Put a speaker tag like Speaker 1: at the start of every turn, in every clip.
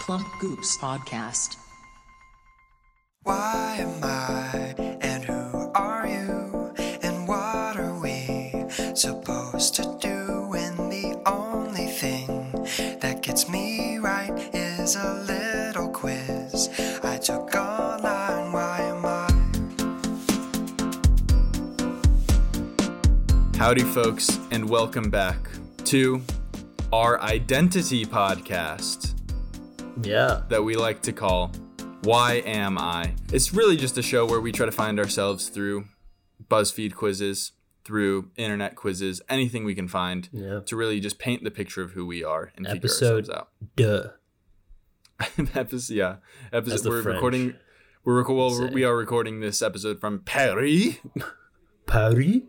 Speaker 1: Plump Goops Podcast.
Speaker 2: Why am I and who are you and what are we supposed to do when the only thing that gets me right is a little quiz I took online? Why am I?
Speaker 3: Howdy, folks, and welcome back to our identity podcast
Speaker 4: Yeah.
Speaker 3: that we like to call Why Am I? It's really just a show where we try to find ourselves through BuzzFeed quizzes, through internet quizzes, anything we can find
Speaker 4: Yeah.
Speaker 3: to really just paint the picture of who we are and
Speaker 4: Episode-
Speaker 3: figure ourselves
Speaker 4: Duh.
Speaker 3: out. episode, yeah.
Speaker 4: That's
Speaker 3: Episode,
Speaker 4: the
Speaker 3: we're
Speaker 4: French.
Speaker 3: recording. We're reco- well,
Speaker 4: Say.
Speaker 3: we are recording this episode from Paris.
Speaker 4: Paris?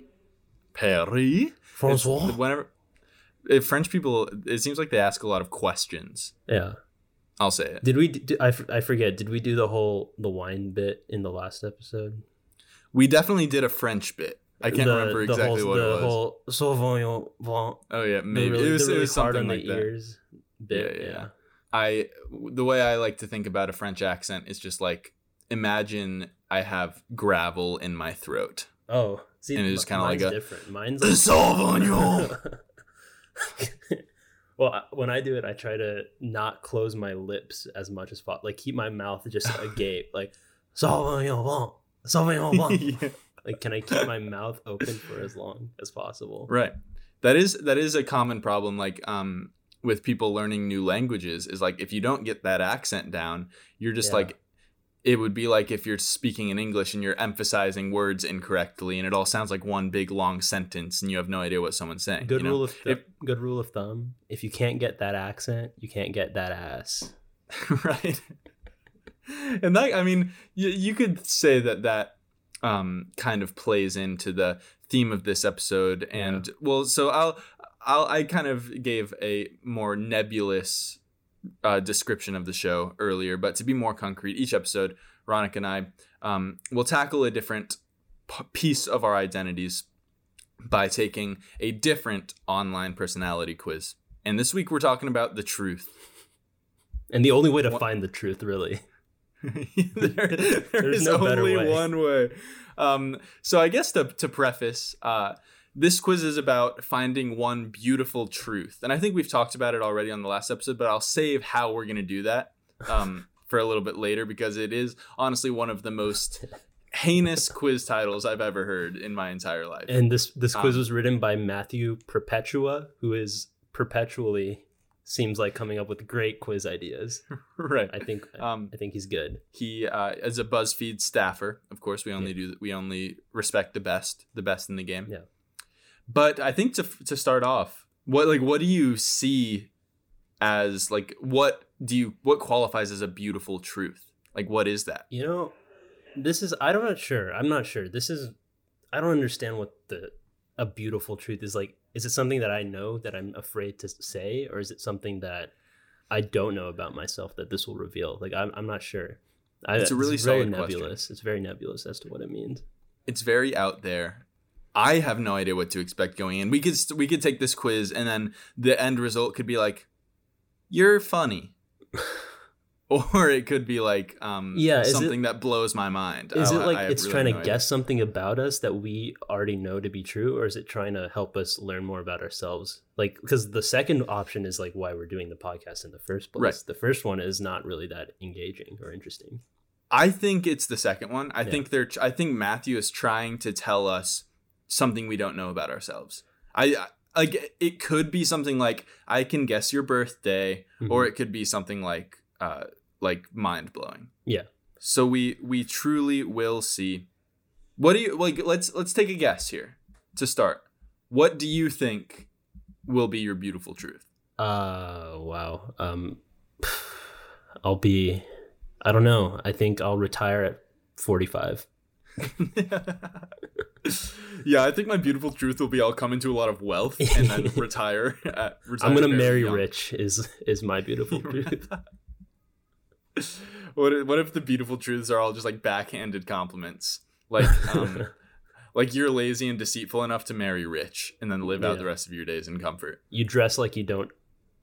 Speaker 3: Paris?
Speaker 4: Francois?
Speaker 3: Whenever. If French people, it seems like they ask a lot of questions.
Speaker 4: Yeah.
Speaker 3: I'll say it.
Speaker 4: Did we, do, I, f- I forget, did we do the whole, the wine bit in the last episode?
Speaker 3: We definitely did a French bit. I can't
Speaker 4: The-
Speaker 3: remember
Speaker 4: the
Speaker 3: exactly
Speaker 4: whole,
Speaker 3: what it
Speaker 4: the
Speaker 3: was.
Speaker 4: Whole, Sauvignon Blanc.
Speaker 3: oh yeah,
Speaker 4: The
Speaker 3: maybe
Speaker 4: really,
Speaker 3: it was,
Speaker 4: the really
Speaker 3: it was
Speaker 4: hard
Speaker 3: something
Speaker 4: on
Speaker 3: like
Speaker 4: the
Speaker 3: that.
Speaker 4: ears bit.
Speaker 3: Yeah,
Speaker 4: Yeah,
Speaker 3: yeah, yeah. I the way I like to think about a French accent is just like imagine I have gravel in my throat.
Speaker 4: Oh. See,
Speaker 3: And it is
Speaker 4: mi-
Speaker 3: kinda like
Speaker 4: mine's
Speaker 3: a-
Speaker 4: different. Mine's like,
Speaker 3: Sauvignon.
Speaker 4: well, I- when I do it, I try to not close my lips as much as possible. Like, keep my mouth just agape. Like, Sauvignon Blanc. Sauvignon Blanc.
Speaker 3: Yeah,
Speaker 4: Like, can I keep my mouth open for as long as possible?
Speaker 3: right. That is that is a common problem. Like um with people learning new languages is like if you don't get that accent down, you're just
Speaker 4: Yeah.
Speaker 3: like it would be like if you're speaking in English and you're emphasizing words incorrectly and it all sounds like one big long sentence and you have no idea what someone's saying.
Speaker 4: Good
Speaker 3: you know?
Speaker 4: rule of th-
Speaker 3: If-
Speaker 4: good rule of thumb. If you can't get that accent, you can't get that ass.
Speaker 3: right and that i mean you, you could say that that um kind of plays into the theme of this episode and well so i'll i'll i kind of gave a more nebulous uh, description of the show earlier but to be more concrete each episode ronick and i um, will tackle a different p- piece of our identities by taking a different online personality quiz and this week we're talking about the truth
Speaker 4: And the only way to
Speaker 3: What-
Speaker 4: find the truth, really.
Speaker 3: there, there
Speaker 4: There's
Speaker 3: is
Speaker 4: no better
Speaker 3: only
Speaker 4: way.
Speaker 3: one way. Um, so I guess to, to preface, uh, this quiz is about finding one beautiful truth, and I think we've talked about it already on the last episode. But I'll save how we're gonna do that um, for a little bit later because it is honestly one of the most heinous quiz titles I've ever heard in my entire life.
Speaker 4: And this this quiz
Speaker 3: Um,
Speaker 4: was written by Matthew Perpetua, who is perpetually seems like coming up with great quiz ideas.
Speaker 3: right.
Speaker 4: I think
Speaker 3: Um,
Speaker 4: I think he's good.
Speaker 3: He uh, is a BuzzFeed staffer. Of course, we only do we only respect the best, the best in the game.
Speaker 4: Yeah.
Speaker 3: But I think to to start off, what like what do you see as like what do you what qualifies as a beautiful truth? Like what is that?
Speaker 4: You know, this is I don't not sure. I'm not sure. This is I don't understand what the a beautiful truth is like. Is it something that I know that I'm afraid to say, or is it something that I don't know about myself that this will reveal? Like I'm I'm not sure. I,
Speaker 3: It's a really
Speaker 4: very
Speaker 3: solid question.
Speaker 4: nebulous. It's very nebulous as to what it means.
Speaker 3: It's very out there. I have no idea what to expect going in. We could st- we could take this quiz and then the end result could be like you're funny. Or it could be like um,
Speaker 4: Yeah, is it-
Speaker 3: something that blows my mind. Oh,
Speaker 4: Is
Speaker 3: I-
Speaker 4: it like
Speaker 3: I have
Speaker 4: it's
Speaker 3: really
Speaker 4: trying to
Speaker 3: no idea.
Speaker 4: guess something about us that we already know to be true, or is it trying to help us learn more about ourselves? Like, because the second option is like why we're doing the podcast in the first place.
Speaker 3: Right.
Speaker 4: The first one is not really that engaging or interesting.
Speaker 3: I think it's the second one. I
Speaker 4: Yeah.
Speaker 3: think they're. I think Matthew is trying to tell us something we don't know about ourselves. I I- like it could be something like I can guess your birthday, or
Speaker 4: Mm-hmm.
Speaker 3: it could be something like uh like mind blowing.
Speaker 4: Yeah.
Speaker 3: So we we truly will see. What do you like? Let's let's take a guess here to start. What do you think will be your beautiful truth?
Speaker 4: uh, wow. Um, I'll be. I don't know. I think I'll retire at forty-five.
Speaker 3: yeah, I think my beautiful truth will be I'll come into a lot of wealth and then retire. Uh, retire
Speaker 4: I'm gonna
Speaker 3: very
Speaker 4: marry
Speaker 3: young.
Speaker 4: rich. Is is my beautiful truth?
Speaker 3: What if, what if the beautiful truths are all just like backhanded compliments? Like, um, like you're lazy and deceitful enough to marry rich and then live out
Speaker 4: Yeah.
Speaker 3: the rest of your days in comfort.
Speaker 4: you dress like you don't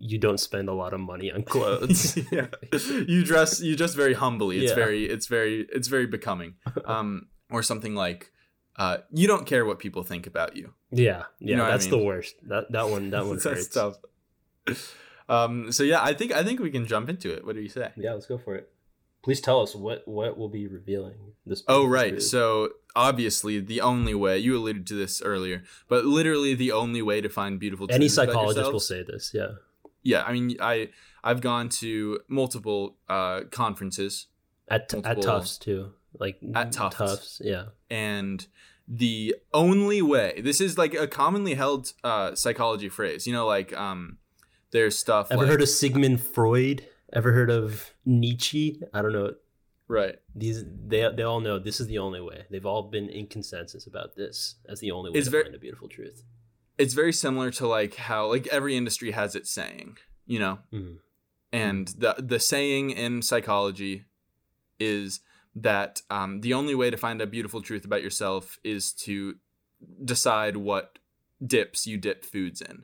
Speaker 4: you don't spend a lot of money on clothes.
Speaker 3: yeah. You dress you dress very humbly. It's
Speaker 4: Yeah.
Speaker 3: very it's very it's very becoming. Um or something like uh you don't care what people think about you.
Speaker 4: yeah, yeah,
Speaker 3: know what I
Speaker 4: that's
Speaker 3: mean.
Speaker 4: the worst. That that one that one
Speaker 3: That's
Speaker 4: hurts.
Speaker 3: tough. Um so yeah, I think I think we can jump into it. What do you say?
Speaker 4: Yeah, let's go for it. Please tell us what what will be revealing this.
Speaker 3: Oh
Speaker 4: this
Speaker 3: right.
Speaker 4: period.
Speaker 3: So obviously the only way you alluded to this earlier, but literally the only way to find beautiful
Speaker 4: any
Speaker 3: truths about
Speaker 4: psychologist will
Speaker 3: yourself-
Speaker 4: say this. Yeah,
Speaker 3: Yeah, I mean I I've gone to multiple uh conferences
Speaker 4: at at
Speaker 3: Multiple-
Speaker 4: Tufts too. Like
Speaker 3: At Tufts.
Speaker 4: yeah,
Speaker 3: and the only way this is like a commonly held uh psychology phrase you know like um there's stuff
Speaker 4: Ever
Speaker 3: like,
Speaker 4: heard of Sigmund Freud? Ever heard of Nietzsche? I don't know.
Speaker 3: right
Speaker 4: These they they all know this is the only way. They've all been in consensus about this as the only way
Speaker 3: It's
Speaker 4: to
Speaker 3: ver-
Speaker 4: find a beautiful truth.
Speaker 3: it's very similar to like how like every industry has its saying you know
Speaker 4: Mhm.
Speaker 3: and the the saying in psychology is that um, the only way to find a beautiful truth about yourself is to decide what dips you dip foods in.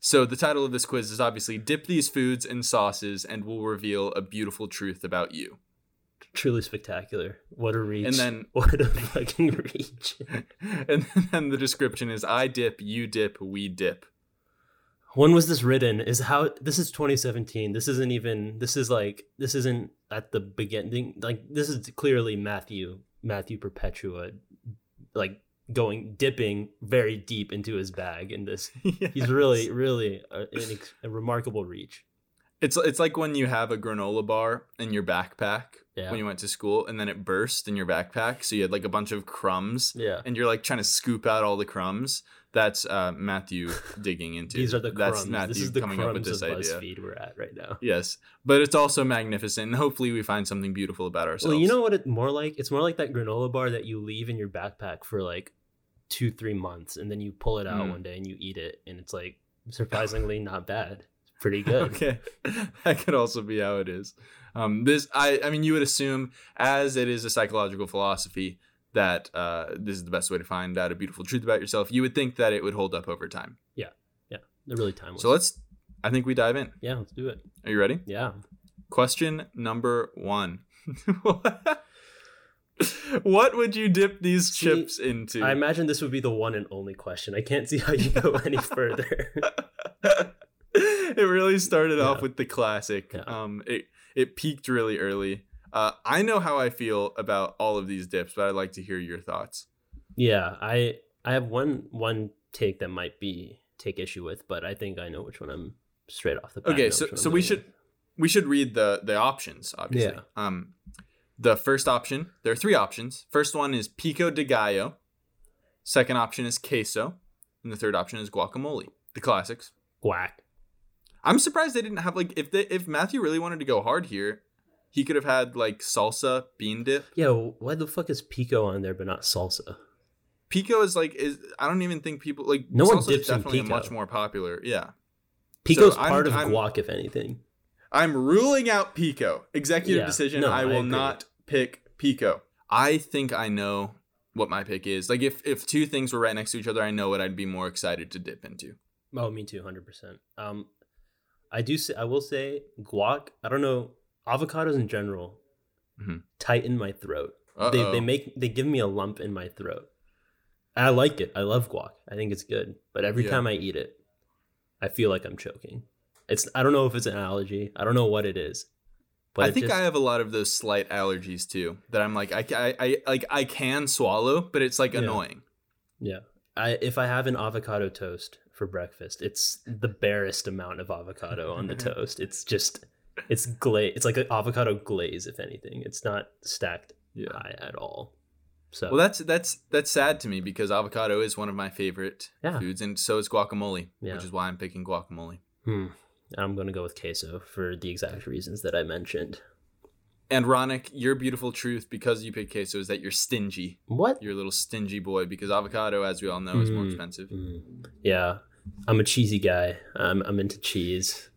Speaker 3: so the title of this quiz is obviously "Dip these foods in sauces, and will reveal a beautiful truth about you."
Speaker 4: Truly spectacular. What a reach!
Speaker 3: then-
Speaker 4: what a fucking reach!
Speaker 3: and then the description is "I dip, you dip, we dip."
Speaker 4: when was this written is how this is 2017 this isn't even this is like this isn't at the beginning like this is clearly matthew matthew perpetua like going dipping very deep into his bag in this he's really really a, an ex- a remarkable reach
Speaker 3: It's it's like when you have a granola bar in your backpack
Speaker 4: Yeah.
Speaker 3: when you went to school, and then it burst in your backpack, so you had like a bunch of crumbs,
Speaker 4: yeah
Speaker 3: and you're like trying to scoop out all the crumbs. That's uh, Matthew digging into.
Speaker 4: these are the
Speaker 3: That's
Speaker 4: crumbs this is the
Speaker 3: coming
Speaker 4: crumbs
Speaker 3: up with this
Speaker 4: of
Speaker 3: idea.
Speaker 4: buzzfeed we're at right now
Speaker 3: Yes, but it's also magnificent, and hopefully we find something beautiful about ourselves.
Speaker 4: Well, you know what it's more like? It's more like that granola bar that you leave in your backpack for like two, three months, and then you pull it out
Speaker 3: Mm.
Speaker 4: one day and you eat it, and it's like surprisingly not bad. It's pretty good.
Speaker 3: okay that could also be how it is um this i i mean you would assume as it is a psychological philosophy that uh this is the best way to find out a beautiful truth about yourself you would think that it would hold up over time
Speaker 4: They're really timeless.
Speaker 3: so let's i think we dive in
Speaker 4: yeah, let's do it.
Speaker 3: are you ready
Speaker 4: Yeah.
Speaker 3: question number one what would you dip these
Speaker 4: See,
Speaker 3: chips into
Speaker 4: I imagine this would be the one and only question. I can't see how you go any further.
Speaker 3: it really started off
Speaker 4: Yeah.
Speaker 3: with the classic.
Speaker 4: Yeah.
Speaker 3: Um, it it peaked really early. Uh, I know how I feel about all of these dips, but I'd like to hear your thoughts.
Speaker 4: yeah, I I have one one take that might be take issue with, but I think I know which one I'm straight off the bat.
Speaker 3: Okay,
Speaker 4: know
Speaker 3: so
Speaker 4: which one I'm
Speaker 3: so we
Speaker 4: leaning
Speaker 3: should we should read the the options. Obviously,
Speaker 4: Yeah.
Speaker 3: um, the first option there are three options. First one is pico de gallo. Second option is queso, and the third option is guacamole. The classics.
Speaker 4: with. whack.
Speaker 3: I'm surprised they didn't have like if they if Matthew really wanted to go hard here, he could have had like salsa bean dip.
Speaker 4: Yeah, why the fuck is pico on there but not salsa?
Speaker 3: Pico is like is I don't even think people like
Speaker 4: No one
Speaker 3: salsa's
Speaker 4: dips in
Speaker 3: definitely
Speaker 4: pico.
Speaker 3: much more popular. Yeah.
Speaker 4: Pico's
Speaker 3: So I'm-
Speaker 4: part of
Speaker 3: I'm-
Speaker 4: guac, if anything.
Speaker 3: I'm ruling out Pico. Executive
Speaker 4: Yeah.
Speaker 3: decision.
Speaker 4: No,
Speaker 3: I
Speaker 4: I
Speaker 3: will
Speaker 4: agree.
Speaker 3: not pick Pico. I think I know what my pick is. Like if if two things were right next to each other, I know what I'd be more excited to dip into.
Speaker 4: Oh, me too, hundred percent. Um, I do. Say, I will say guac. I don't know avocados in general Mm-hmm.
Speaker 3: Mhm.
Speaker 4: tighten my throat. They
Speaker 3: Uh-oh.
Speaker 4: they make they give me a lump in my throat. I like it. I love guac. I think it's good. But every
Speaker 3: Yeah.
Speaker 4: time I eat it, I feel like I'm choking. It's I don't know if it's an allergy. I don't know what it is. But
Speaker 3: I
Speaker 4: it
Speaker 3: think
Speaker 4: just-
Speaker 3: I have a lot of those slight allergies too that I'm like I, ca- I, I like I can swallow, but it's like
Speaker 4: Yeah.
Speaker 3: annoying.
Speaker 4: Yeah. I if I have an avocado toast for breakfast, it's the barest amount of avocado on the toast. It's just it's glaze. It's like an avocado glaze, if anything. It's not stacked
Speaker 3: Yeah.
Speaker 4: high at all. So
Speaker 3: Well, that's that's that's sad to me because avocado is one of my favorite
Speaker 4: Yeah.
Speaker 3: foods, and so is guacamole,
Speaker 4: Yeah.
Speaker 3: which is why I'm picking guacamole.
Speaker 4: hmm, I'm gonna go with queso for the exact reasons that I mentioned.
Speaker 3: And Ronick, your beautiful truth because you picked queso is that you're stingy.
Speaker 4: What?
Speaker 3: You're a little stingy boy because avocado, as we all know, is more
Speaker 4: Mm.
Speaker 3: expensive.
Speaker 4: Hmm. Yeah, I'm a cheesy guy. I'm I'm into cheese.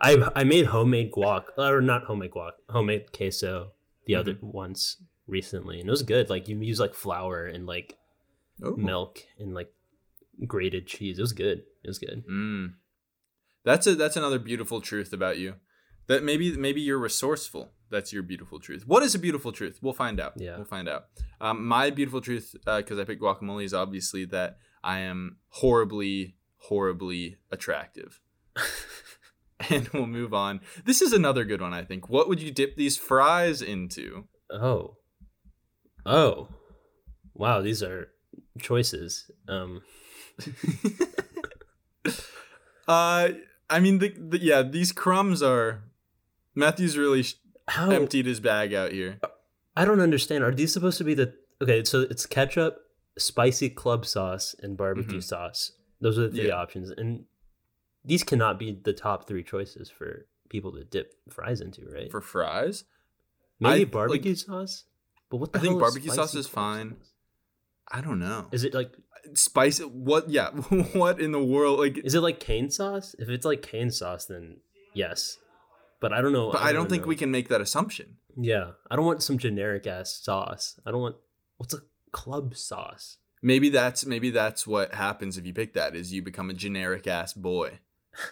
Speaker 4: I I made homemade guac or not homemade guac, homemade queso the other once recently, and it was good. Like you use like flour and like
Speaker 3: Oh.
Speaker 4: milk and like grated cheese. It was good. It was good.
Speaker 3: Mm. That's a that's another beautiful truth about you. That maybe maybe you're resourceful. That's your beautiful truth. What is a beautiful truth? We'll find out.
Speaker 4: Yeah.
Speaker 3: we'll find out. Um, my beautiful truth, because I picked guacamole, is obviously that I am horribly, horribly attractive. and we'll move on. This is another good one, I think. What would you dip these fries into?
Speaker 4: Oh. Oh. Wow, these are choices. Um
Speaker 3: Uh, I mean, the, the yeah, these crumbs are. Matthew's really sh-
Speaker 4: how
Speaker 3: emptied his bag out here.
Speaker 4: I don't understand. Are these supposed to be the Okay, so it's ketchup, spicy club sauce, and barbecue
Speaker 3: Mhm.
Speaker 4: sauce. Those are the three
Speaker 3: Yeah.
Speaker 4: options. And these cannot be the top 3 choices for people to dip fries into, right?
Speaker 3: For fries,
Speaker 4: Maybe
Speaker 3: I- like-
Speaker 4: barbecue sauce? But what the
Speaker 3: I think
Speaker 4: hell is
Speaker 3: barbecue sauce
Speaker 4: spicy
Speaker 3: is
Speaker 4: club
Speaker 3: fine.
Speaker 4: sauce?
Speaker 3: I don't know. Uh,
Speaker 4: Is it like
Speaker 3: spice what yeah what in the world like
Speaker 4: Is it like cane sauce? If it's like cane sauce, then yes. But I don't know.
Speaker 3: but i don't think
Speaker 4: know.
Speaker 3: we can make that assumption
Speaker 4: Yeah, I don't want some generic ass sauce. I don't want what's a club sauce.
Speaker 3: maybe that's maybe that's what happens if you pick that is you become a generic ass boy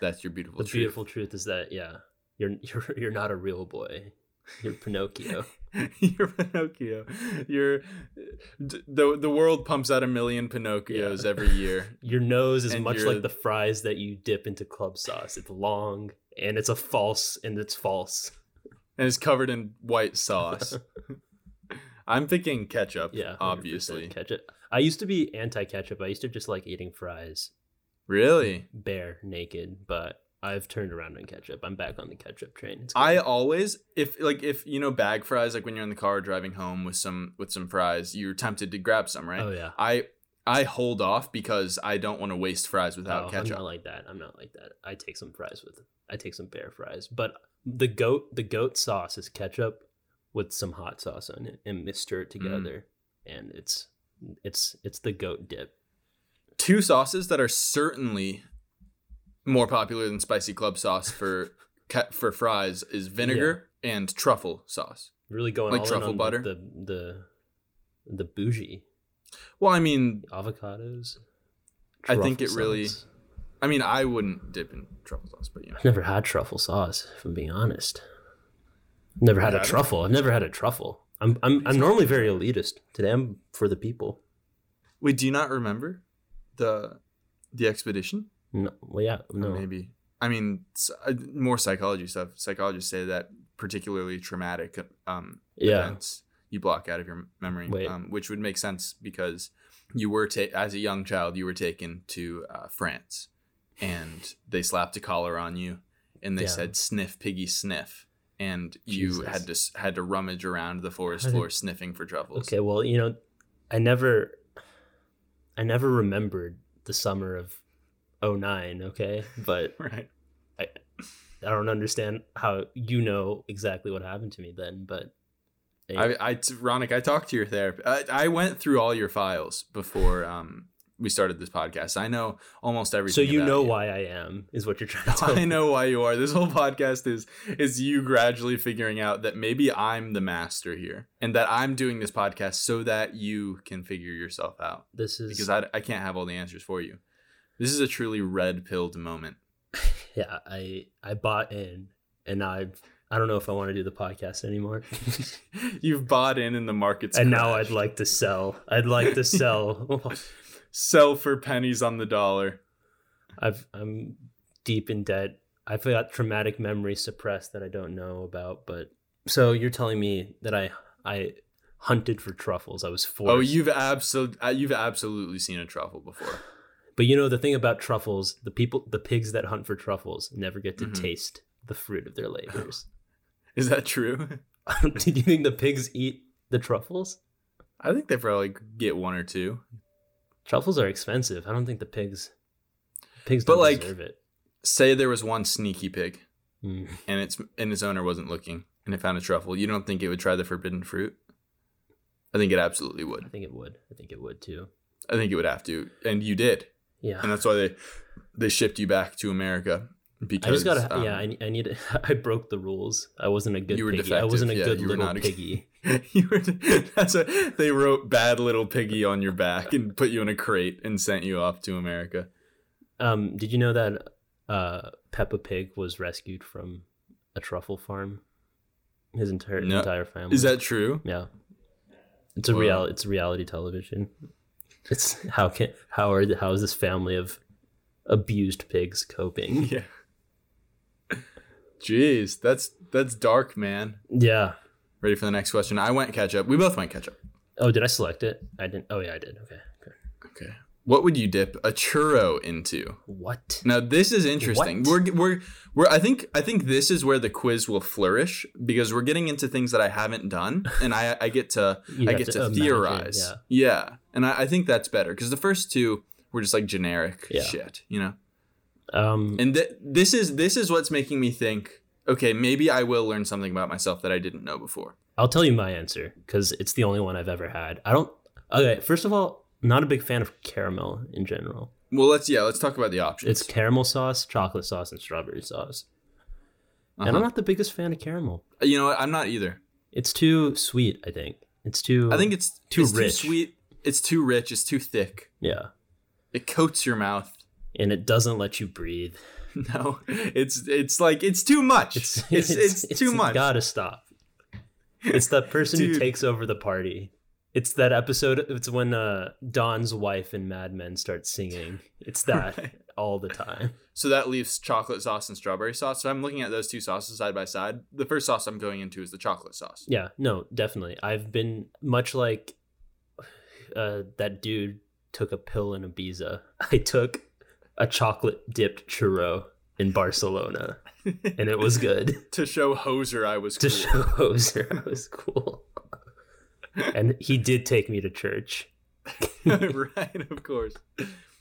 Speaker 3: that's your beautiful
Speaker 4: The
Speaker 3: truth.
Speaker 4: beautiful truth is that yeah, you're you're you're not a real boy. You're Pinocchio.
Speaker 3: you're pinocchio you're d- the the world pumps out a million pinocchios
Speaker 4: Yeah.
Speaker 3: every year
Speaker 4: Your nose is
Speaker 3: And
Speaker 4: much
Speaker 3: you're-
Speaker 4: like the fries that you dip into club sauce. It's long and it's a false and it's false.
Speaker 3: and it's covered in white sauce i'm thinking ketchup
Speaker 4: Yeah, 100%
Speaker 3: obviously
Speaker 4: ketchup. I used to be anti ketchup. I used to just like eating fries
Speaker 3: really
Speaker 4: bare naked, but I've turned around on ketchup. I'm back on the ketchup train. It's
Speaker 3: I always if like if you know bag fries like when you're in the car driving home with some with some fries you're tempted to grab some right
Speaker 4: Oh, yeah.
Speaker 3: I I hold off because I don't want to waste fries without
Speaker 4: No,
Speaker 3: ketchup
Speaker 4: Oh, I'm not like that. I'm not like that. I take some fries with. I take some bear fries, but the goat the goat sauce is ketchup with some hot sauce on it and mixture
Speaker 3: Mm.
Speaker 4: it together, and it's it's it's the goat dip.
Speaker 3: two sauces that are certainly more popular than spicy club sauce for ca- for fries is vinegar and truffle sauce
Speaker 4: Really going
Speaker 3: Like
Speaker 4: all
Speaker 3: truffle
Speaker 4: in on
Speaker 3: butter?
Speaker 4: The, the the the bougie
Speaker 3: well I mean
Speaker 4: avocados.
Speaker 3: I think it
Speaker 4: truffle
Speaker 3: really-
Speaker 4: sauce.
Speaker 3: I mean I wouldn't dip in truffle sauce but you know
Speaker 4: I've never had truffle sauce. If I'm being honest, never had
Speaker 3: Yeah, I
Speaker 4: a
Speaker 3: don't-
Speaker 4: truffle. I've never had a truffle. I'm I'm I'm normally very elitist. Today I'm for the people.
Speaker 3: wait do you not remember the the expedition
Speaker 4: No, well, yeah,
Speaker 3: Or
Speaker 4: no.
Speaker 3: maybe i mean s- uh, more psychology stuff psychologists say that particularly traumatic um
Speaker 4: Yeah.
Speaker 3: events you block out of your memory
Speaker 4: Wait.
Speaker 3: um, which would make sense because you were ta- as a young child you were taken to uh, france and they slapped a collar on you and they
Speaker 4: Yeah.
Speaker 3: said sniff piggy sniff and you
Speaker 4: Jesus.
Speaker 3: had to s- had to rummage around the forest
Speaker 4: How did-
Speaker 3: floor sniffing for truffles
Speaker 4: Okay, well, you know, I never, I never remembered the summer of 09, okay? But
Speaker 3: right
Speaker 4: I don't understand how you know exactly what happened to me then, but hey,
Speaker 3: I, I t- Ronick, I talked to your therapist. I, I went through all your files before um, we started this podcast. I know almost
Speaker 4: so
Speaker 3: everything.
Speaker 4: you
Speaker 3: about
Speaker 4: know why I am, is what you're trying to tell
Speaker 3: I
Speaker 4: me.
Speaker 3: know why you are. This whole podcast is is you gradually figuring out that maybe I'm the master here, and that I'm doing this podcast so that you can figure yourself out.
Speaker 4: This is,
Speaker 3: Because I, I can't have all the answers for you. This is a truly red pilled moment.
Speaker 4: yeah, I, I bought in and now I, I don't know if I want to do the podcast anymore.
Speaker 3: You've bought in, and the market's
Speaker 4: and now I'd
Speaker 3: crashed.
Speaker 4: like to sell. I'd like to sell.
Speaker 3: sell for pennies on the dollar.
Speaker 4: I've I'm deep in debt. I've got traumatic memories suppressed that I don't know about. But so you're telling me that I I hunted for truffles. I was forced.
Speaker 3: Oh, you've absolutely you've absolutely seen a truffle before.
Speaker 4: But you know the thing about truffles, the people, the pigs that hunt for truffles never get to
Speaker 3: Mhm.
Speaker 4: taste the fruit of their labors.
Speaker 3: Is that true?
Speaker 4: Do you think the pigs eat the truffles?
Speaker 3: I think they probably get one or two.
Speaker 4: Truffles are expensive. I don't think the pigs pigs
Speaker 3: But,
Speaker 4: don't
Speaker 3: like-
Speaker 4: deserve it.
Speaker 3: Say there was one sneaky pig,
Speaker 4: Mm.
Speaker 3: and its and its owner wasn't looking, and it found a truffle. You don't think it would try the forbidden fruit? I think it absolutely
Speaker 4: I
Speaker 3: would.
Speaker 4: think it would. I think it would too.
Speaker 3: I think it would have to, and you did,
Speaker 4: Yeah.
Speaker 3: and that's why they they shipped you back to America because
Speaker 4: I just gotta,
Speaker 3: um,
Speaker 4: yeah. I, I need. I broke the rules. I wasn't a good
Speaker 3: You were
Speaker 4: piggy. I wasn't a
Speaker 3: defective. Yeah,
Speaker 4: good
Speaker 3: you were
Speaker 4: little
Speaker 3: not a good-
Speaker 4: piggy.
Speaker 3: um, you were, that's what they wrote bad little piggy on your back and put you in a crate and sent you off to America.
Speaker 4: Um, did you know that uh, Peppa Pig was rescued from a truffle farm. His entire
Speaker 3: No.
Speaker 4: entire family.
Speaker 3: Is that uh, true?
Speaker 4: yeah? It's a
Speaker 3: Wow.
Speaker 4: real. It's reality television. It's how can how are the, how is this family of abused pigs coping?
Speaker 3: Yeah. Jeez, that's that's dark, man.
Speaker 4: yeah.
Speaker 3: Ready for the next question? I went ketchup. We both went ketchup.
Speaker 4: Oh, did I select it? I didn't. Oh yeah, I did. Okay. okay.
Speaker 3: Okay. What would you dip a churro into?
Speaker 4: What?
Speaker 3: Now this is interesting.
Speaker 4: What?
Speaker 3: We're we're we're I think I think this is where the quiz will flourish because we're getting into things that I haven't done and I I get to
Speaker 4: You
Speaker 3: I
Speaker 4: have
Speaker 3: get
Speaker 4: to
Speaker 3: to,
Speaker 4: imagine,
Speaker 3: theorize. yeah. And I, I think that's better because the first two were just like generic
Speaker 4: Yeah.
Speaker 3: shit, you know.
Speaker 4: Um.
Speaker 3: And th- this is this is what's making me think. Okay, maybe I will learn something about myself that I didn't know before.
Speaker 4: I'll tell you my answer because it's the only one I've ever had. I don't. Okay, first of all, not a big fan of caramel in general.
Speaker 3: Well, let's yeah, let's talk about the options.
Speaker 4: It's caramel sauce, chocolate sauce, and strawberry sauce. And
Speaker 3: Uh-huh.
Speaker 4: I'm not the biggest fan of caramel.
Speaker 3: you know what? I'm not either.
Speaker 4: It's too sweet. I think it's too.
Speaker 3: I think it's
Speaker 4: Too
Speaker 3: it's
Speaker 4: rich.
Speaker 3: too sweet. It's too rich. It's too thick.
Speaker 4: yeah,
Speaker 3: It coats your mouth.
Speaker 4: and it doesn't let you breathe.
Speaker 3: No, it's it's like it's too much. It's it's, too much.
Speaker 4: Gotta stop. It's that person who
Speaker 3: Dude.
Speaker 4: takes over the party. It's that episode. It's when uh, Don's wife and Mad Men start singing. It's that all the time.
Speaker 3: So that leaves chocolate sauce and strawberry sauce. So I'm looking at those two sauces side by side. The first sauce I'm going into is the chocolate sauce.
Speaker 4: Yeah, no, definitely. I've been much like uh, that dude took a pill in Ibiza. I took a chocolate dipped churro in Barcelona, and it was good.
Speaker 3: To show Hoser I was
Speaker 4: to
Speaker 3: cool.
Speaker 4: show Hoser I was cool. and he did take me to church.
Speaker 3: right, of course.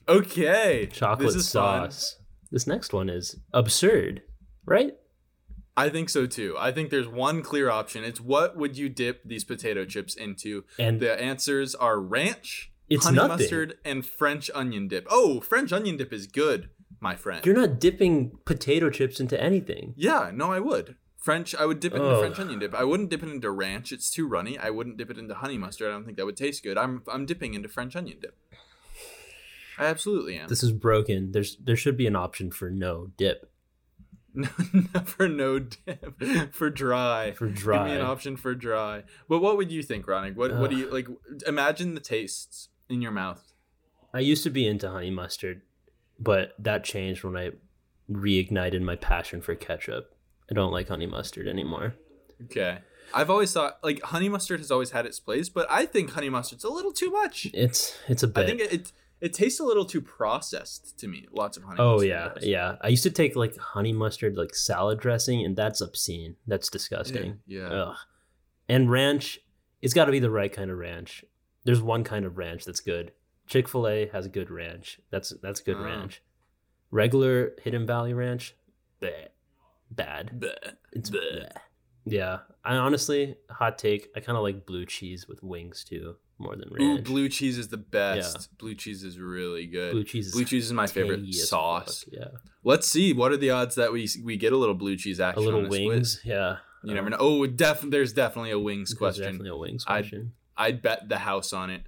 Speaker 3: Okay.
Speaker 4: Chocolate
Speaker 3: this is fun.
Speaker 4: sauce. This next one is absurd, right?
Speaker 3: I think so too. I think there's one clear option. It's what would you dip these potato chips into?
Speaker 4: And
Speaker 3: The answers are ranch,
Speaker 4: It's
Speaker 3: honey
Speaker 4: nothing.
Speaker 3: mustard, and French onion dip. Oh, French onion dip is good, my friend.
Speaker 4: you're not dipping potato chips into anything.
Speaker 3: Yeah, no, I would. French, I would dip it into
Speaker 4: Ugh.
Speaker 3: French onion dip. I wouldn't dip it into ranch; it's too runny. I wouldn't dip it into honey mustard. I don't think that would taste good. I'm I'm dipping into French onion dip. I absolutely am.
Speaker 4: This is broken. There's there should be an option for no dip.
Speaker 3: No, for no dip, for dry.
Speaker 4: For
Speaker 3: Give me
Speaker 4: dry.
Speaker 3: an option for dry. But what would you think, Ronick? What what do you like? Imagine the tastes in your mouth.
Speaker 4: I used to be into honey mustard, but that changed when I reignited my passion for ketchup. I don't like honey mustard anymore.
Speaker 3: Okay. I've always thought like honey mustard has always had its place, but I think honey mustard's a little too much.
Speaker 4: It's it's a bit.
Speaker 3: I think it, it it tastes a little too processed to me. Lots of honey.
Speaker 4: oh
Speaker 3: mustard
Speaker 4: yeah,
Speaker 3: does.
Speaker 4: yeah. I used to take like honey mustard like salad dressing, and that's obscene. That's Oh. disgusting.
Speaker 3: Yeah.
Speaker 4: Ugh. And ranch, it's got to be the right kind of ranch. There's one kind of ranch that's good. Chick Fil A has good ranch. That's that's good
Speaker 3: Oh.
Speaker 4: ranch. Regular Hidden Valley ranch, bleh, bad.
Speaker 3: Bleh.
Speaker 4: It's
Speaker 3: Bleh.
Speaker 4: bleh. Yeah, I honestly hot take. I kind of like blue cheese with wings too, more than
Speaker 3: Ooh,
Speaker 4: ranch.
Speaker 3: blue cheese is the best. Blue cheese is really good.
Speaker 4: Blue cheese is
Speaker 3: Blue cheese is my favorite
Speaker 4: tangy as
Speaker 3: sauce.
Speaker 4: fuck, Yeah,
Speaker 3: Let's see. What are the odds that we we get a little blue cheese
Speaker 4: a
Speaker 3: action? on
Speaker 4: little
Speaker 3: this quiz?
Speaker 4: wings. Yeah,
Speaker 3: You never know. Oh, def- there's definitely a wings
Speaker 4: There's
Speaker 3: question.
Speaker 4: Definitely a wings
Speaker 3: I'd-
Speaker 4: question.
Speaker 3: I'd bet the house on it.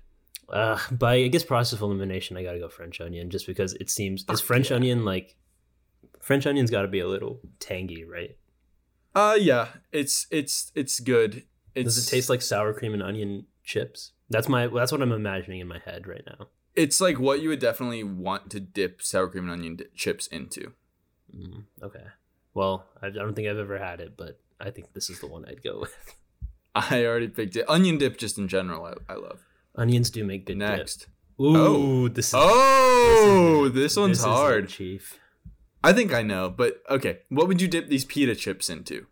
Speaker 4: Uh, by I guess process of elimination, I gotta go French onion just because it seems is
Speaker 3: Fuck
Speaker 4: French
Speaker 3: yeah.
Speaker 4: onion like French onion's got to be a little tangy, right?
Speaker 3: Uh yeah, it's it's it's good. It's,
Speaker 4: Does it taste like sour cream and onion chips? That's my that's what I'm imagining in my head right now.
Speaker 3: It's like what you would definitely want to dip sour cream and onion di- chips into.
Speaker 4: Mm, okay, well I, I don't think I've ever had it, but I think this is the one I'd go with.
Speaker 3: I already picked it. Onion dip, just in general, I, I love.
Speaker 4: Onions do make good
Speaker 3: Next.
Speaker 4: dip. Ooh, this is
Speaker 3: Oh, this one's
Speaker 4: this is it,
Speaker 3: hard.
Speaker 4: chief.
Speaker 3: I think I know, but okay. What would you dip these pita chips into?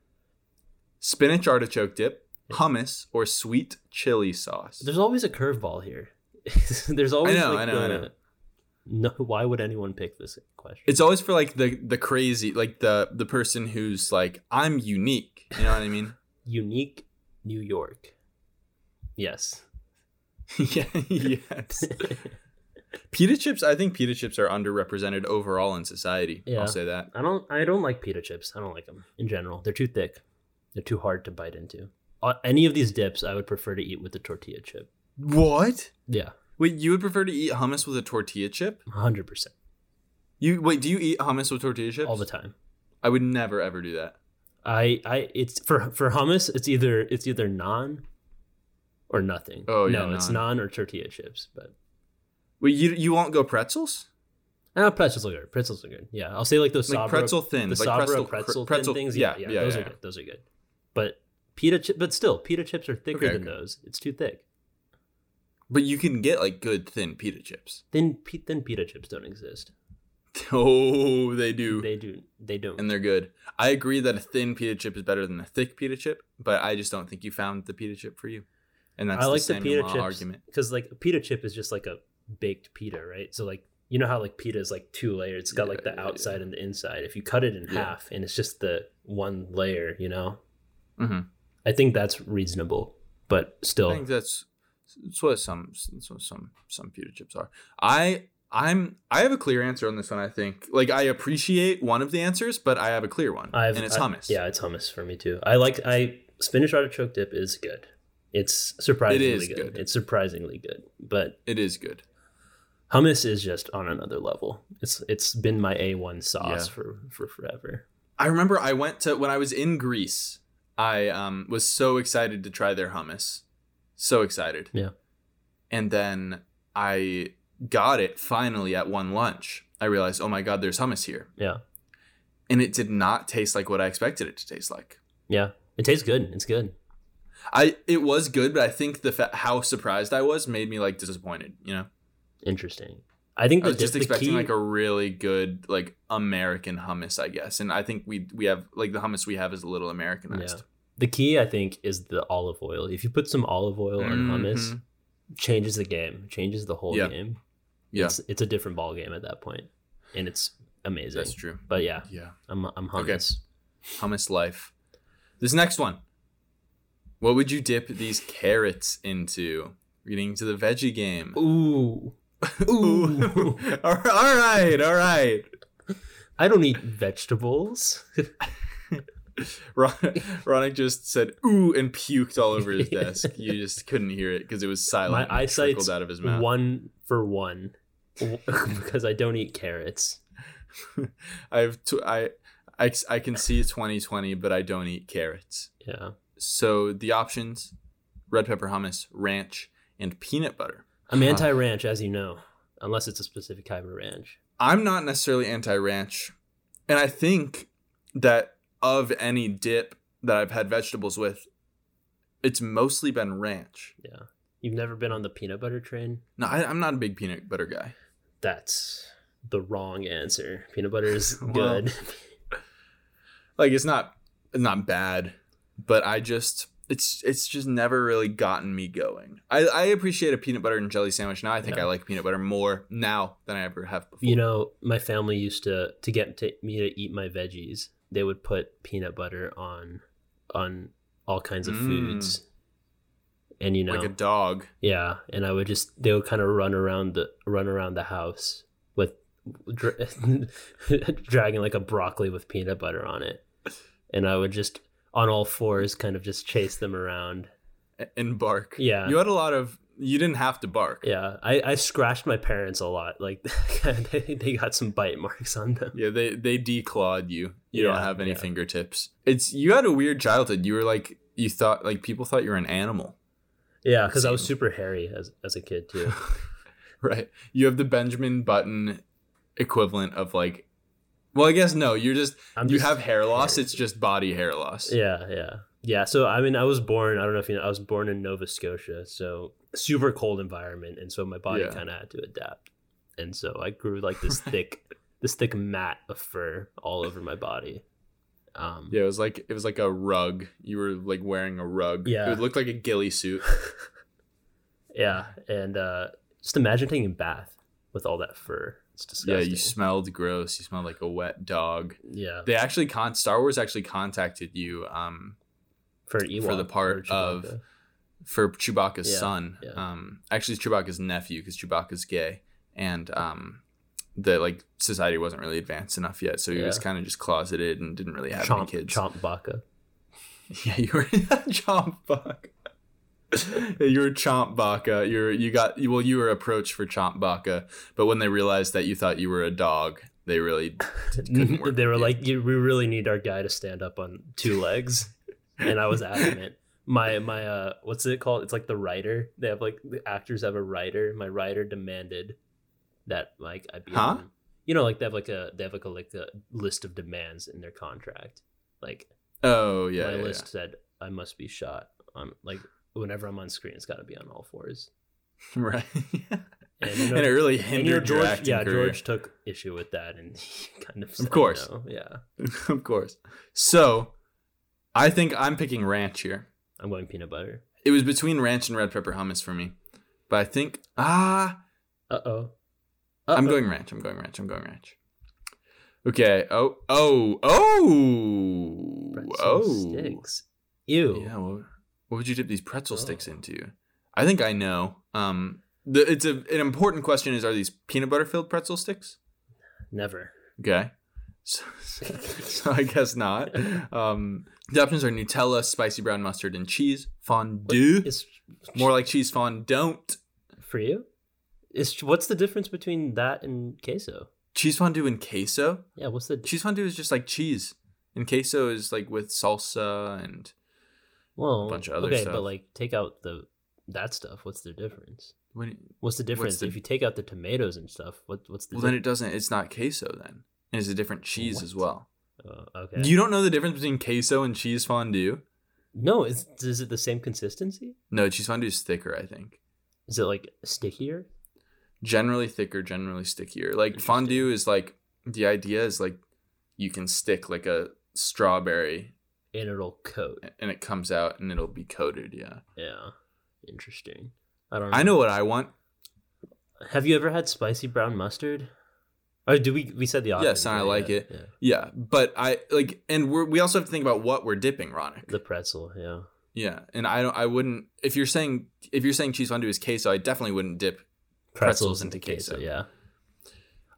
Speaker 3: Spinach artichoke dip, hummus, or sweet chili sauce?
Speaker 4: There's always a curveball here. There's always
Speaker 3: know,
Speaker 4: like
Speaker 3: I know, I
Speaker 4: the-
Speaker 3: know.
Speaker 4: No, why would anyone pick this question?
Speaker 3: It's always for like the the crazy, like the the person who's like, I'm unique. You know what I mean?
Speaker 4: unique New York. Yes.
Speaker 3: yeah, yes. pita chips. I think pita chips are underrepresented overall in society.
Speaker 4: Yeah.
Speaker 3: I'll say that.
Speaker 4: I don't I don't like pita chips. I don't like them in general. They're too thick. They're too hard to bite into. Uh, any of these dips I would prefer to eat with a tortilla chip.
Speaker 3: What?
Speaker 4: Yeah,
Speaker 3: Wait, you would prefer to eat hummus with a tortilla chip?
Speaker 4: 100%.
Speaker 3: You wait. Do you eat hummus with tortilla chips?
Speaker 4: all the time.
Speaker 3: I would never ever do that.
Speaker 4: I I it's for for hummus. It's either it's either naan or nothing.
Speaker 3: Oh, yeah,
Speaker 4: no, it's
Speaker 3: naan.
Speaker 4: naan or tortilla chips. But
Speaker 3: Wait, you you won't go pretzels?
Speaker 4: ah, pretzels are good. Pretzels are good. Yeah, I'll say like those
Speaker 3: Like
Speaker 4: Sabra-
Speaker 3: pretzel thins,
Speaker 4: the
Speaker 3: like
Speaker 4: Sabra
Speaker 3: pretzel-
Speaker 4: pretzel, thin
Speaker 3: pretzel-
Speaker 4: things. Yeah,
Speaker 3: yeah,
Speaker 4: yeah,
Speaker 3: yeah,
Speaker 4: those
Speaker 3: yeah.
Speaker 4: are good. Those are good. But pita chip, but still, pita chips are thicker
Speaker 3: Okay,
Speaker 4: than
Speaker 3: okay.
Speaker 4: those. It's too thick.
Speaker 3: But you can get like good thin pita chips.
Speaker 4: Then pi- then pita chips don't exist.
Speaker 3: Oh, they do,
Speaker 4: They do. They don't.
Speaker 3: and they're good. I agree that a thin pita chip is better than a thick pita chip, but I just don't think you found the pita chip for you. And that's
Speaker 4: I
Speaker 3: the
Speaker 4: like the,
Speaker 3: Samuel
Speaker 4: pita
Speaker 3: Law
Speaker 4: chips
Speaker 3: argument.
Speaker 4: because like a pita chip is just like a baked pita, right? So like you know how like pita is like two layered. It's got like
Speaker 3: Yeah,
Speaker 4: the
Speaker 3: yeah,
Speaker 4: outside and the inside. If you cut it in
Speaker 3: Yeah.
Speaker 4: half and it's just the one layer, you know,
Speaker 3: hmm
Speaker 4: I think that's reasonable. But
Speaker 3: I
Speaker 4: still,
Speaker 3: think that's that's what some that's what some some pita chips are. I I'm I have a clear answer on this one. I think like I appreciate one of the answers, but I have a clear one,
Speaker 4: I've
Speaker 3: and it's
Speaker 4: I-
Speaker 3: hummus.
Speaker 4: yeah, it's hummus for me too. I like I spinach artichoke dip is good. It's surprisingly
Speaker 3: is
Speaker 4: good.
Speaker 3: good.
Speaker 4: It's surprisingly good, but
Speaker 3: it is good.
Speaker 4: hummus is just on another level. It's it's been my a one sauce
Speaker 3: Yeah.
Speaker 4: for for forever.
Speaker 3: I remember I went to when I was in Greece. I um, was so excited to try their hummus, so excited.
Speaker 4: Yeah.
Speaker 3: And then I got it finally at one lunch. I realized, oh my god, there's hummus here,
Speaker 4: Yeah,
Speaker 3: and it did not taste like what I expected it to taste like.
Speaker 4: yeah, it tastes good. It's good.
Speaker 3: I it was good, but I think the fa- how surprised I was made me like disappointed. You know,
Speaker 4: Interesting. I think
Speaker 3: I
Speaker 4: the,
Speaker 3: was just
Speaker 4: the
Speaker 3: expecting
Speaker 4: key,
Speaker 3: like a really good like American hummus, I guess. And I think we we have like the hummus we have is a little Americanized.
Speaker 4: Yeah. the key I think is the olive oil. If you put some olive oil on hummus,
Speaker 3: Mhm.
Speaker 4: changes the game, changes the whole
Speaker 3: Yeah.
Speaker 4: game.
Speaker 3: Yeah,
Speaker 4: It's, it's a different ball game at that point, and it's amazing.
Speaker 3: that's true.
Speaker 4: But yeah,
Speaker 3: Yeah.
Speaker 4: I'm I'm
Speaker 3: Okay.
Speaker 4: hummus.
Speaker 3: hummus life. This next one. What would you dip these carrots into? Getting to the veggie game.
Speaker 4: Ooh,
Speaker 3: Ooh. all right, all right.
Speaker 4: I don't eat vegetables.
Speaker 3: Ron- Ronick just said ooh and puked all over his desk. You just couldn't hear it because it was
Speaker 4: My
Speaker 3: silent. and it
Speaker 4: eyesight's
Speaker 3: trickled out of his mouth.
Speaker 4: one for one because I don't eat carrots.
Speaker 3: I have tw- I, I I can see 2020, but I don't eat carrots.
Speaker 4: Yeah,
Speaker 3: So the options: red pepper hummus, ranch, and peanut butter.
Speaker 4: I'm anti ranch, as you know, unless it's a specific type of ranch.
Speaker 3: I'm not necessarily anti ranch. And I think that of any dip that I've had vegetables with, it's mostly been ranch.
Speaker 4: Yeah, you've never been on the peanut butter train.
Speaker 3: No, I, I'm not a big peanut butter guy.
Speaker 4: That's the wrong answer. Peanut butter is
Speaker 3: Well-
Speaker 4: good.
Speaker 3: Like it's not it's not bad, but I just it's it's just never really gotten me going. I, I appreciate a peanut butter and jelly sandwich now. I think
Speaker 4: Yeah.
Speaker 3: I like peanut butter more now than I ever have before.
Speaker 4: you know, my family used to to get to, me to eat my veggies. They would put peanut butter on on all kinds of
Speaker 3: Mm.
Speaker 4: foods, and you know,
Speaker 3: like a dog.
Speaker 4: yeah. And I would just they would kind of run around the run around the house with dra- dragging like a broccoli with peanut butter on it, and I would just on all fours kind of just chase them around
Speaker 3: a- And bark.
Speaker 4: Yeah.
Speaker 3: You had a lot of you didn't have to bark.
Speaker 4: Yeah, I, I scratched my parents a lot. Like they, they got some bite marks on them.
Speaker 3: Yeah, they they declawed you. You don't
Speaker 4: Yeah,
Speaker 3: have any
Speaker 4: yeah.
Speaker 3: fingertips. It's you had a weird childhood. You were like you thought like people thought you were an animal,
Speaker 4: Yeah, because I was super hairy as, as a kid too.
Speaker 3: right? You have the Benjamin Button equivalent of like, well, I guess no. You're just
Speaker 4: I'm
Speaker 3: you
Speaker 4: just
Speaker 3: have hair loss.
Speaker 4: hairy.
Speaker 3: It's just body hair loss.
Speaker 4: Yeah, yeah, yeah. So I mean, I was born. I don't know if you know. I was born in Nova Scotia, so super cold environment, and so my body
Speaker 3: Yeah.
Speaker 4: kind of had to adapt. And so I grew like this thick, this thick mat of fur all over my body. Um,
Speaker 3: Yeah, it was like it was like a rug. You were like wearing a rug.
Speaker 4: Yeah.
Speaker 3: it would look like a ghillie suit.
Speaker 4: yeah, and uh, just imagine taking a bath with all that fur. It's disgusting.
Speaker 3: yeah, you smelled gross. You smelled like a wet dog.
Speaker 4: yeah.
Speaker 3: They actually con Star Wars actually contacted you. Um,
Speaker 4: for an Ewok
Speaker 3: for the part
Speaker 4: or Chewbacca.
Speaker 3: of- for Chewbacca's
Speaker 4: Yeah,
Speaker 3: son.
Speaker 4: yeah.
Speaker 3: Um, actually, it's Chewbacca's nephew because Chewbacca's gay, and um, the like society wasn't really advanced enough yet, so he was
Speaker 4: Yeah.
Speaker 3: kind of just closeted and didn't really have any
Speaker 4: Chomp
Speaker 3: kids.
Speaker 4: Chomp Baca.
Speaker 3: Yeah, you were Chomp Baca. Yeah, you were Chomp Baca. You're you got you- well, you were approached for Chomp Baca, but when they realized that you thought you were a dog, They really couldn't work.
Speaker 4: they were
Speaker 3: Yeah.
Speaker 4: like, you, "We really need our guy to stand up on two legs," and I was adamant. My my uh, what's it called? It's like the writer. They have like the actors have a writer. My writer demanded that like I be.
Speaker 3: Huh?
Speaker 4: on- You know, like they have like a they have like a like a list of demands in their contract. Like
Speaker 3: oh yeah,
Speaker 4: my
Speaker 3: yeah,
Speaker 4: list said, I must be shot on like whenever I'm on screen, it's got to be on all fours.
Speaker 3: yeah. right.
Speaker 4: And,
Speaker 3: And,
Speaker 4: you know-
Speaker 3: it really
Speaker 4: And you know,
Speaker 3: hindered your
Speaker 4: George,
Speaker 3: acting
Speaker 4: yeah,
Speaker 3: career.
Speaker 4: George took issue with that, and he kind of, said
Speaker 3: course.
Speaker 4: no. yeah.
Speaker 3: of course. So, I think I'm picking ranch here.
Speaker 4: I'm going peanut butter.
Speaker 3: It was between ranch and red pepper hummus for me, but I think ah,
Speaker 4: Uh oh.
Speaker 3: I'm going ranch. I'm going ranch. I'm going ranch. Okay. Oh oh oh oh.
Speaker 4: sticks. Ew.
Speaker 3: Yeah. Well, what would you dip these pretzel sticks
Speaker 4: Oh.
Speaker 3: into? I think I know. Um, the, it's a an important question is are these peanut butter filled pretzel sticks?
Speaker 4: Never.
Speaker 3: Okay. So, so I guess not. Um, the options are Nutella, spicy brown mustard, and cheese fondue.
Speaker 4: It's
Speaker 3: More like cheese fondant.
Speaker 4: for you. It's what's the difference between that and queso?
Speaker 3: Cheese fondue and queso.
Speaker 4: Yeah, what's the
Speaker 3: Cheese fondue is just like cheese, and queso is like with salsa and
Speaker 4: well?
Speaker 3: bunch of other
Speaker 4: okay,
Speaker 3: stuff.
Speaker 4: but like take out the that stuff. What's the difference?
Speaker 3: what do you-
Speaker 4: What's the difference
Speaker 3: the-
Speaker 4: if you take out the tomatoes and stuff? What what's the
Speaker 3: well, then it doesn't. It's not queso then. And it's a different cheese as
Speaker 4: What?
Speaker 3: well.
Speaker 4: difference? Uh, okay.
Speaker 3: You don't know the difference between queso and cheese fondue?
Speaker 4: no, is is it the same consistency?
Speaker 3: No, cheese fondue is thicker, I think.
Speaker 4: Is it like stickier?
Speaker 3: generally thicker, generally stickier. Like fondue is like the idea is like you can stick like a strawberry
Speaker 4: And it'll coat.
Speaker 3: and it comes out and it'll be coated. Yeah,
Speaker 4: Yeah. Interesting. I don't.
Speaker 3: I know what I want.
Speaker 4: Have you ever had spicy brown mustard? Oh, do we we said the option?
Speaker 3: Yes, and I like it.
Speaker 4: Yeah.
Speaker 3: Yeah, but I like, and we're, we also have to think about what we're dipping, Ronick.
Speaker 4: The pretzel, yeah.
Speaker 3: yeah, and I don't. I wouldn't. If you're saying if you're saying cheese fondue is queso, I definitely wouldn't dip. Pretzels into queso.
Speaker 4: Yeah.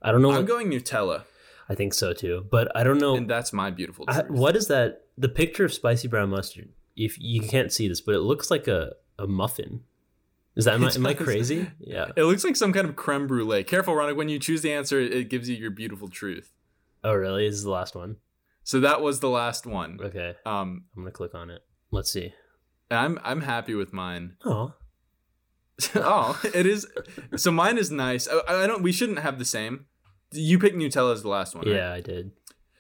Speaker 4: I don't know.
Speaker 3: I'm
Speaker 4: what-
Speaker 3: going Nutella,
Speaker 4: I think so too, but I don't know.
Speaker 3: and that's my beautiful.
Speaker 4: Oh. I,
Speaker 3: Truth.
Speaker 4: what is that? The picture of spicy brown mustard. If you can't see this, but it looks like a, a muffin. Is that am I,
Speaker 3: It
Speaker 4: am I
Speaker 3: does.
Speaker 4: crazy? Yeah.
Speaker 3: It looks like some kind of creme brulee. Careful, Ronick. When you choose the answer, it it gives you your beautiful truth.
Speaker 4: Oh, really? This is the last one.
Speaker 3: So that was the last one.
Speaker 4: Okay,
Speaker 3: Um,
Speaker 4: I'm gonna click on it. Let's see.
Speaker 3: and I'm I'm happy with mine.
Speaker 4: Oh,
Speaker 3: oh, it is. So mine is nice. I, I don't. We shouldn't have the same. You picked Nutella as the last one. right?
Speaker 4: yeah, I did.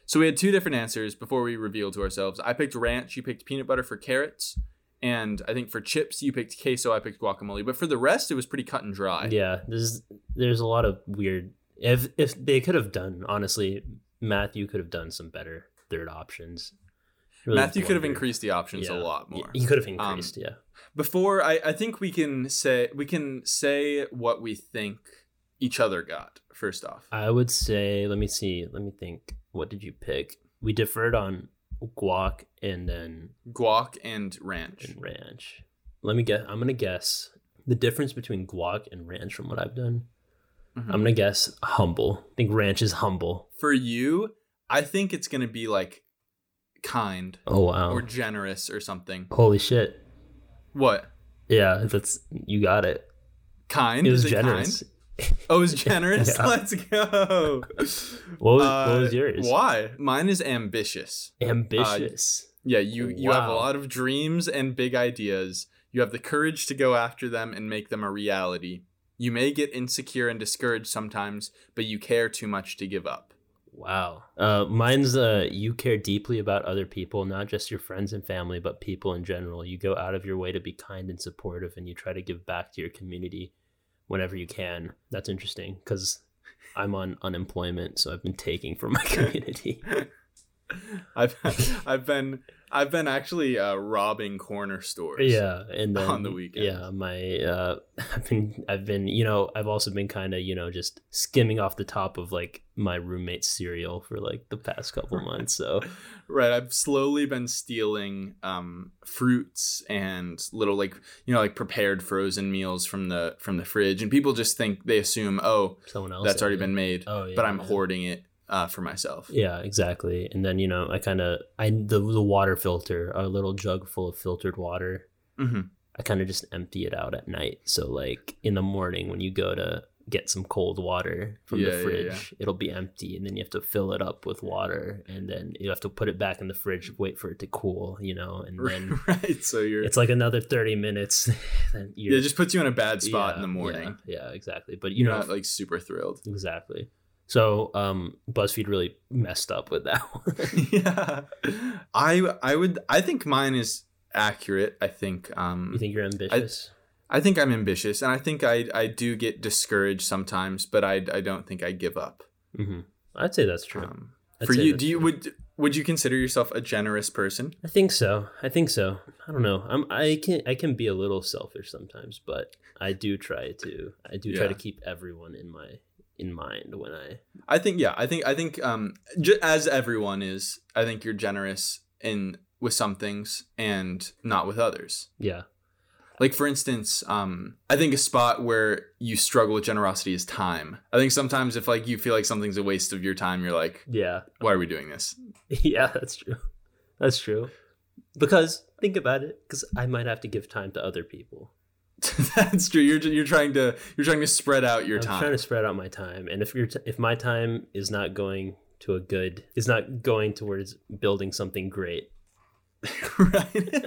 Speaker 3: So we had two different answers before we revealed to ourselves. I picked ranch. You picked peanut butter for carrots, and I think for chips you picked queso. I picked guacamole. But for the rest, it was pretty cut and dry.
Speaker 4: Yeah, there's there's a lot of weird. If if they could have done honestly, Matthew could have done some better third options. Really
Speaker 3: Matthew could have
Speaker 4: blundered.
Speaker 3: increased the options a
Speaker 4: Yeah.
Speaker 3: lot
Speaker 4: Y-
Speaker 3: more.
Speaker 4: He could have
Speaker 3: Um,
Speaker 4: increased, yeah.
Speaker 3: Before I, I think we can say we can say what we think each other got first off.
Speaker 4: I would say, let me see, let me think. What did you pick? We deferred on guac and then
Speaker 3: Guac and ranch.
Speaker 4: and ranch. Let me guess. I'm gonna guess the difference between guac and ranch from what I've done.
Speaker 3: Mhm.
Speaker 4: I'm gonna guess humble. I think ranch is humble.
Speaker 3: for you, I think it's gonna be like kind
Speaker 4: Oh wow!
Speaker 3: or generous or something.
Speaker 4: Holy shit!
Speaker 3: What?
Speaker 4: Yeah, that's you got it.
Speaker 3: Kind?
Speaker 4: It was
Speaker 3: Is
Speaker 4: generous.
Speaker 3: Kind? Oh, it was generous.
Speaker 4: Yeah.
Speaker 3: Let's go.
Speaker 4: What was,
Speaker 3: Uh,
Speaker 4: what was yours?
Speaker 3: Why? Mine is ambitious.
Speaker 4: Ambitious.
Speaker 3: Yeah, you you have a
Speaker 4: Wow.
Speaker 3: lot of dreams and big ideas. You have the courage to go after them and make them a reality. You may get insecure and discouraged sometimes, but you care too much to give up.
Speaker 4: wow. Uh, mine's uh, you care deeply about other people, not just your friends and family, but people in general. You go out of your way to be kind and supportive, and you try to give back to your community whenever you can. That's interesting because I'm on unemployment, so I've been taking from my community.
Speaker 3: I've I've been I've been actually uh, robbing corner stores.
Speaker 4: Yeah, and then,
Speaker 3: on the weekends.
Speaker 4: Yeah, my uh, I've been I've been you know I've also been kind of you know just skimming off the top of like my roommate's cereal for like the past couple months. So
Speaker 3: Right, I've slowly been stealing um, fruits and little like you know like prepared frozen meals from the from the fridge, and people just think they assume oh
Speaker 4: someone else
Speaker 3: that's already
Speaker 4: ate it.
Speaker 3: been made,
Speaker 4: Oh, yeah,
Speaker 3: but I'm
Speaker 4: yeah.
Speaker 3: hoarding it uh, for myself.
Speaker 4: Yeah, exactly. And then you know I kind of I the the water filter, a little jug full of filtered water.
Speaker 3: Mhm.
Speaker 4: I kind of just empty it out at night. So like in the morning when you go to get some cold water from
Speaker 3: Yeah,
Speaker 4: the
Speaker 3: yeah,
Speaker 4: fridge.
Speaker 3: yeah.
Speaker 4: It'll be empty, and then you have to fill it up with water, and then you have to put it back in the fridge, wait for it to cool, you know, and then
Speaker 3: right. So you're
Speaker 4: it's like another thirty minutes. then
Speaker 3: yeah,
Speaker 4: you're-
Speaker 3: it just puts you in a bad spot in the
Speaker 4: yeah,
Speaker 3: morning.
Speaker 4: Yeah, exactly. But you
Speaker 3: You're
Speaker 4: know,
Speaker 3: not like super thrilled.
Speaker 4: exactly. So um, BuzzFeed really messed up with that one.
Speaker 3: yeah. I I would I think mine is accurate. I think um
Speaker 4: you think you're ambitious?
Speaker 3: I think I'm ambitious and I think I I do get discouraged sometimes, but I I don't think I give up.
Speaker 4: hmm I'd say that's true.
Speaker 3: Um,
Speaker 4: I'd
Speaker 3: for
Speaker 4: say
Speaker 3: you
Speaker 4: that's
Speaker 3: do you
Speaker 4: true.
Speaker 3: would would you consider yourself a generous person?
Speaker 4: I think so. I think so. I don't know. I'm I can I can be a little selfish sometimes, but I do try to I do try
Speaker 3: Yeah.
Speaker 4: to keep everyone in my in mind when I
Speaker 3: I think yeah, I think I think um j- as everyone is, I think you're generous in with some things and not with others.
Speaker 4: yeah.
Speaker 3: Like for instance, um, I think a spot where you struggle with generosity is time. I think sometimes if like you feel like something's a waste of your time, you're like,
Speaker 4: Yeah.
Speaker 3: why are we doing this?
Speaker 4: Yeah, that's true. That's true. Because think about it cuz I might have to give time to other people.
Speaker 3: That's true. You're you're trying to you're trying to spread out your
Speaker 4: I'm
Speaker 3: time.
Speaker 4: trying to spread out my time and if you're t- if my time is not going to a good is not going towards building something great
Speaker 3: right.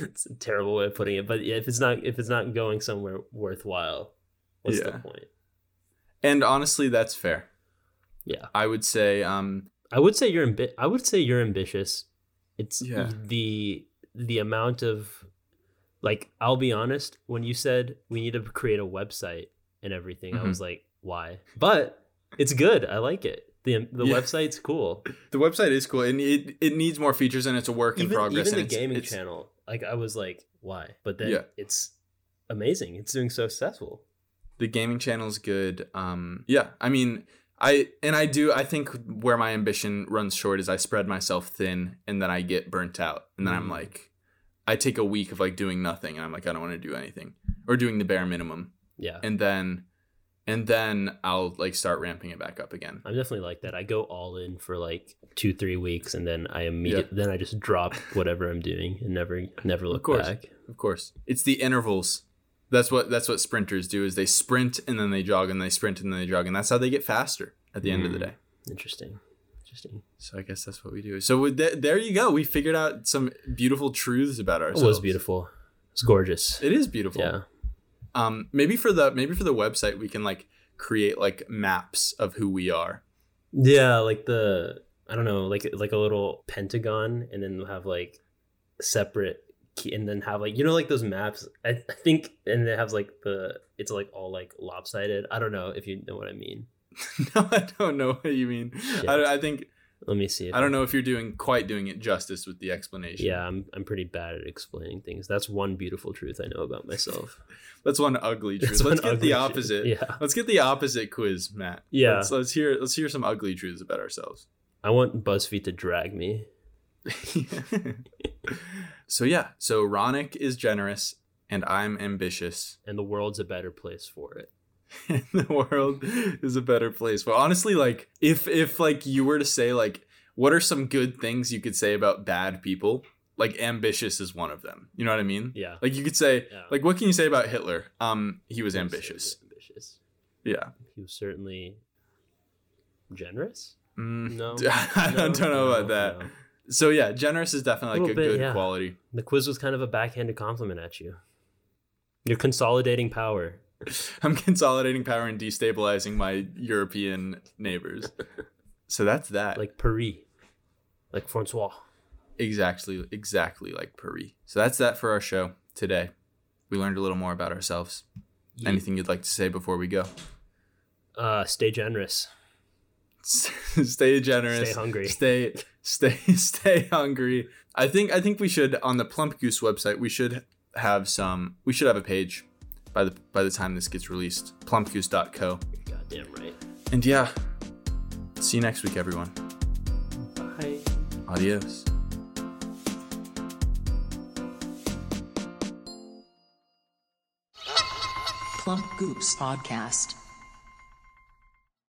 Speaker 4: it's a terrible way of putting it but yeah, if it's not if it's not going somewhere worthwhile what's the
Speaker 3: Yeah.
Speaker 4: point
Speaker 3: and honestly, that's fair.
Speaker 4: yeah
Speaker 3: I would say um
Speaker 4: i would say you're ambi- i would say you're ambitious it's
Speaker 3: Yeah.
Speaker 4: the the amount of like i'll be honest when you said we need to create a website and everything
Speaker 3: Mm-hmm.
Speaker 4: i was like why but it's good i like it the the
Speaker 3: Yeah.
Speaker 4: website's cool
Speaker 3: the website is cool and it, it needs more features and it's a work in
Speaker 4: even,
Speaker 3: progress.
Speaker 4: even the
Speaker 3: and it's-
Speaker 4: gaming
Speaker 3: it's-
Speaker 4: channel like i was like why but then
Speaker 3: Yeah.
Speaker 4: it's amazing it's doing so successful
Speaker 3: the gaming channel's good um yeah i mean i and i do i think where my ambition runs short is i spread myself thin and then i get burnt out and then i'm
Speaker 4: Mm.
Speaker 3: like i take a week of like doing nothing and i'm like i don't want to do anything or doing the bare minimum
Speaker 4: yeah
Speaker 3: and then and then i'll like start ramping it back up again
Speaker 4: I'm definitely like that. I go all in for like two, three weeks, and then I immediately then I just drop whatever I'm doing and never never look
Speaker 3: course.
Speaker 4: back.
Speaker 3: of course it's the intervals that's what that's what sprinters do is they sprint and then they jog and they sprint and then they jog and that's how they get faster at the end of the
Speaker 4: Mm.
Speaker 3: day
Speaker 4: Interesting, interesting.
Speaker 3: So I guess that's what we do. So with th- there you go. We figured out some beautiful truths about ourselves.
Speaker 4: It was beautiful. It's gorgeous.
Speaker 3: It is beautiful.
Speaker 4: Yeah,
Speaker 3: Um. Maybe for the maybe for the website we can like create like maps of who we are.
Speaker 4: yeah. Like the I don't know, like like a little pentagon, and then we'll have like separate key, and then have like you know like those maps. I, I think, and they have like the it's like all like lopsided. I don't know if you know what I mean.
Speaker 3: no, I don't know what you mean.
Speaker 4: Yeah.
Speaker 3: I, I think
Speaker 4: Let me see. If
Speaker 3: I don't know if you're doing quite doing it justice with the explanation.
Speaker 4: Yeah, I'm I'm pretty bad at explaining things. That's one beautiful truth I know about myself.
Speaker 3: That's one ugly truth.
Speaker 4: That's
Speaker 3: Let's
Speaker 4: one
Speaker 3: get
Speaker 4: ugly
Speaker 3: the
Speaker 4: truth.
Speaker 3: opposite.
Speaker 4: Yeah.
Speaker 3: Let's get the opposite quiz, Matt.
Speaker 4: Yeah.
Speaker 3: Let's, let's hear let's hear some ugly truths about ourselves.
Speaker 4: I want BuzzFeed to drag me.
Speaker 3: so yeah. So Ronick is generous and I'm ambitious.
Speaker 4: And the world's a better place for it.
Speaker 3: and the world is a better place. Well, honestly, like if if like you were to say like what are some good things you could say about bad people? Like ambitious is one of them. You know what I mean?
Speaker 4: Yeah.
Speaker 3: Like you could say
Speaker 4: Yeah.
Speaker 3: like what can you say about Hitler? Um he was ambitious.
Speaker 4: He was ambitious.
Speaker 3: Yeah.
Speaker 4: He was certainly generous.
Speaker 3: Mm.
Speaker 4: No.
Speaker 3: I don't
Speaker 4: No,
Speaker 3: know about
Speaker 4: no,
Speaker 3: that.
Speaker 4: no.
Speaker 3: So yeah, generous is definitely like a,
Speaker 4: Little bit,
Speaker 3: good
Speaker 4: yeah.
Speaker 3: quality.
Speaker 4: The quiz was kind of a backhanded compliment at you. You're consolidating power.
Speaker 3: I'm consolidating power and destabilizing my European neighbors. so that's that.
Speaker 4: Like Paris. Like Francois.
Speaker 3: Exactly, exactly like Paris. So that's that for our show today. We learned a little more about ourselves. Anything you'd like to say before we go?
Speaker 4: Uh stay generous.
Speaker 3: stay generous.
Speaker 4: Stay hungry.
Speaker 3: Stay, stay, stay hungry. I think I think we should on the Plump Goose website. We should have some. We should have a page by the by the time this gets released. Plumpgoose.co.
Speaker 4: You're goddamn right.
Speaker 3: And yeah, see you next week, everyone.
Speaker 4: Bye.
Speaker 3: Adios.
Speaker 1: Plump Goops Podcast.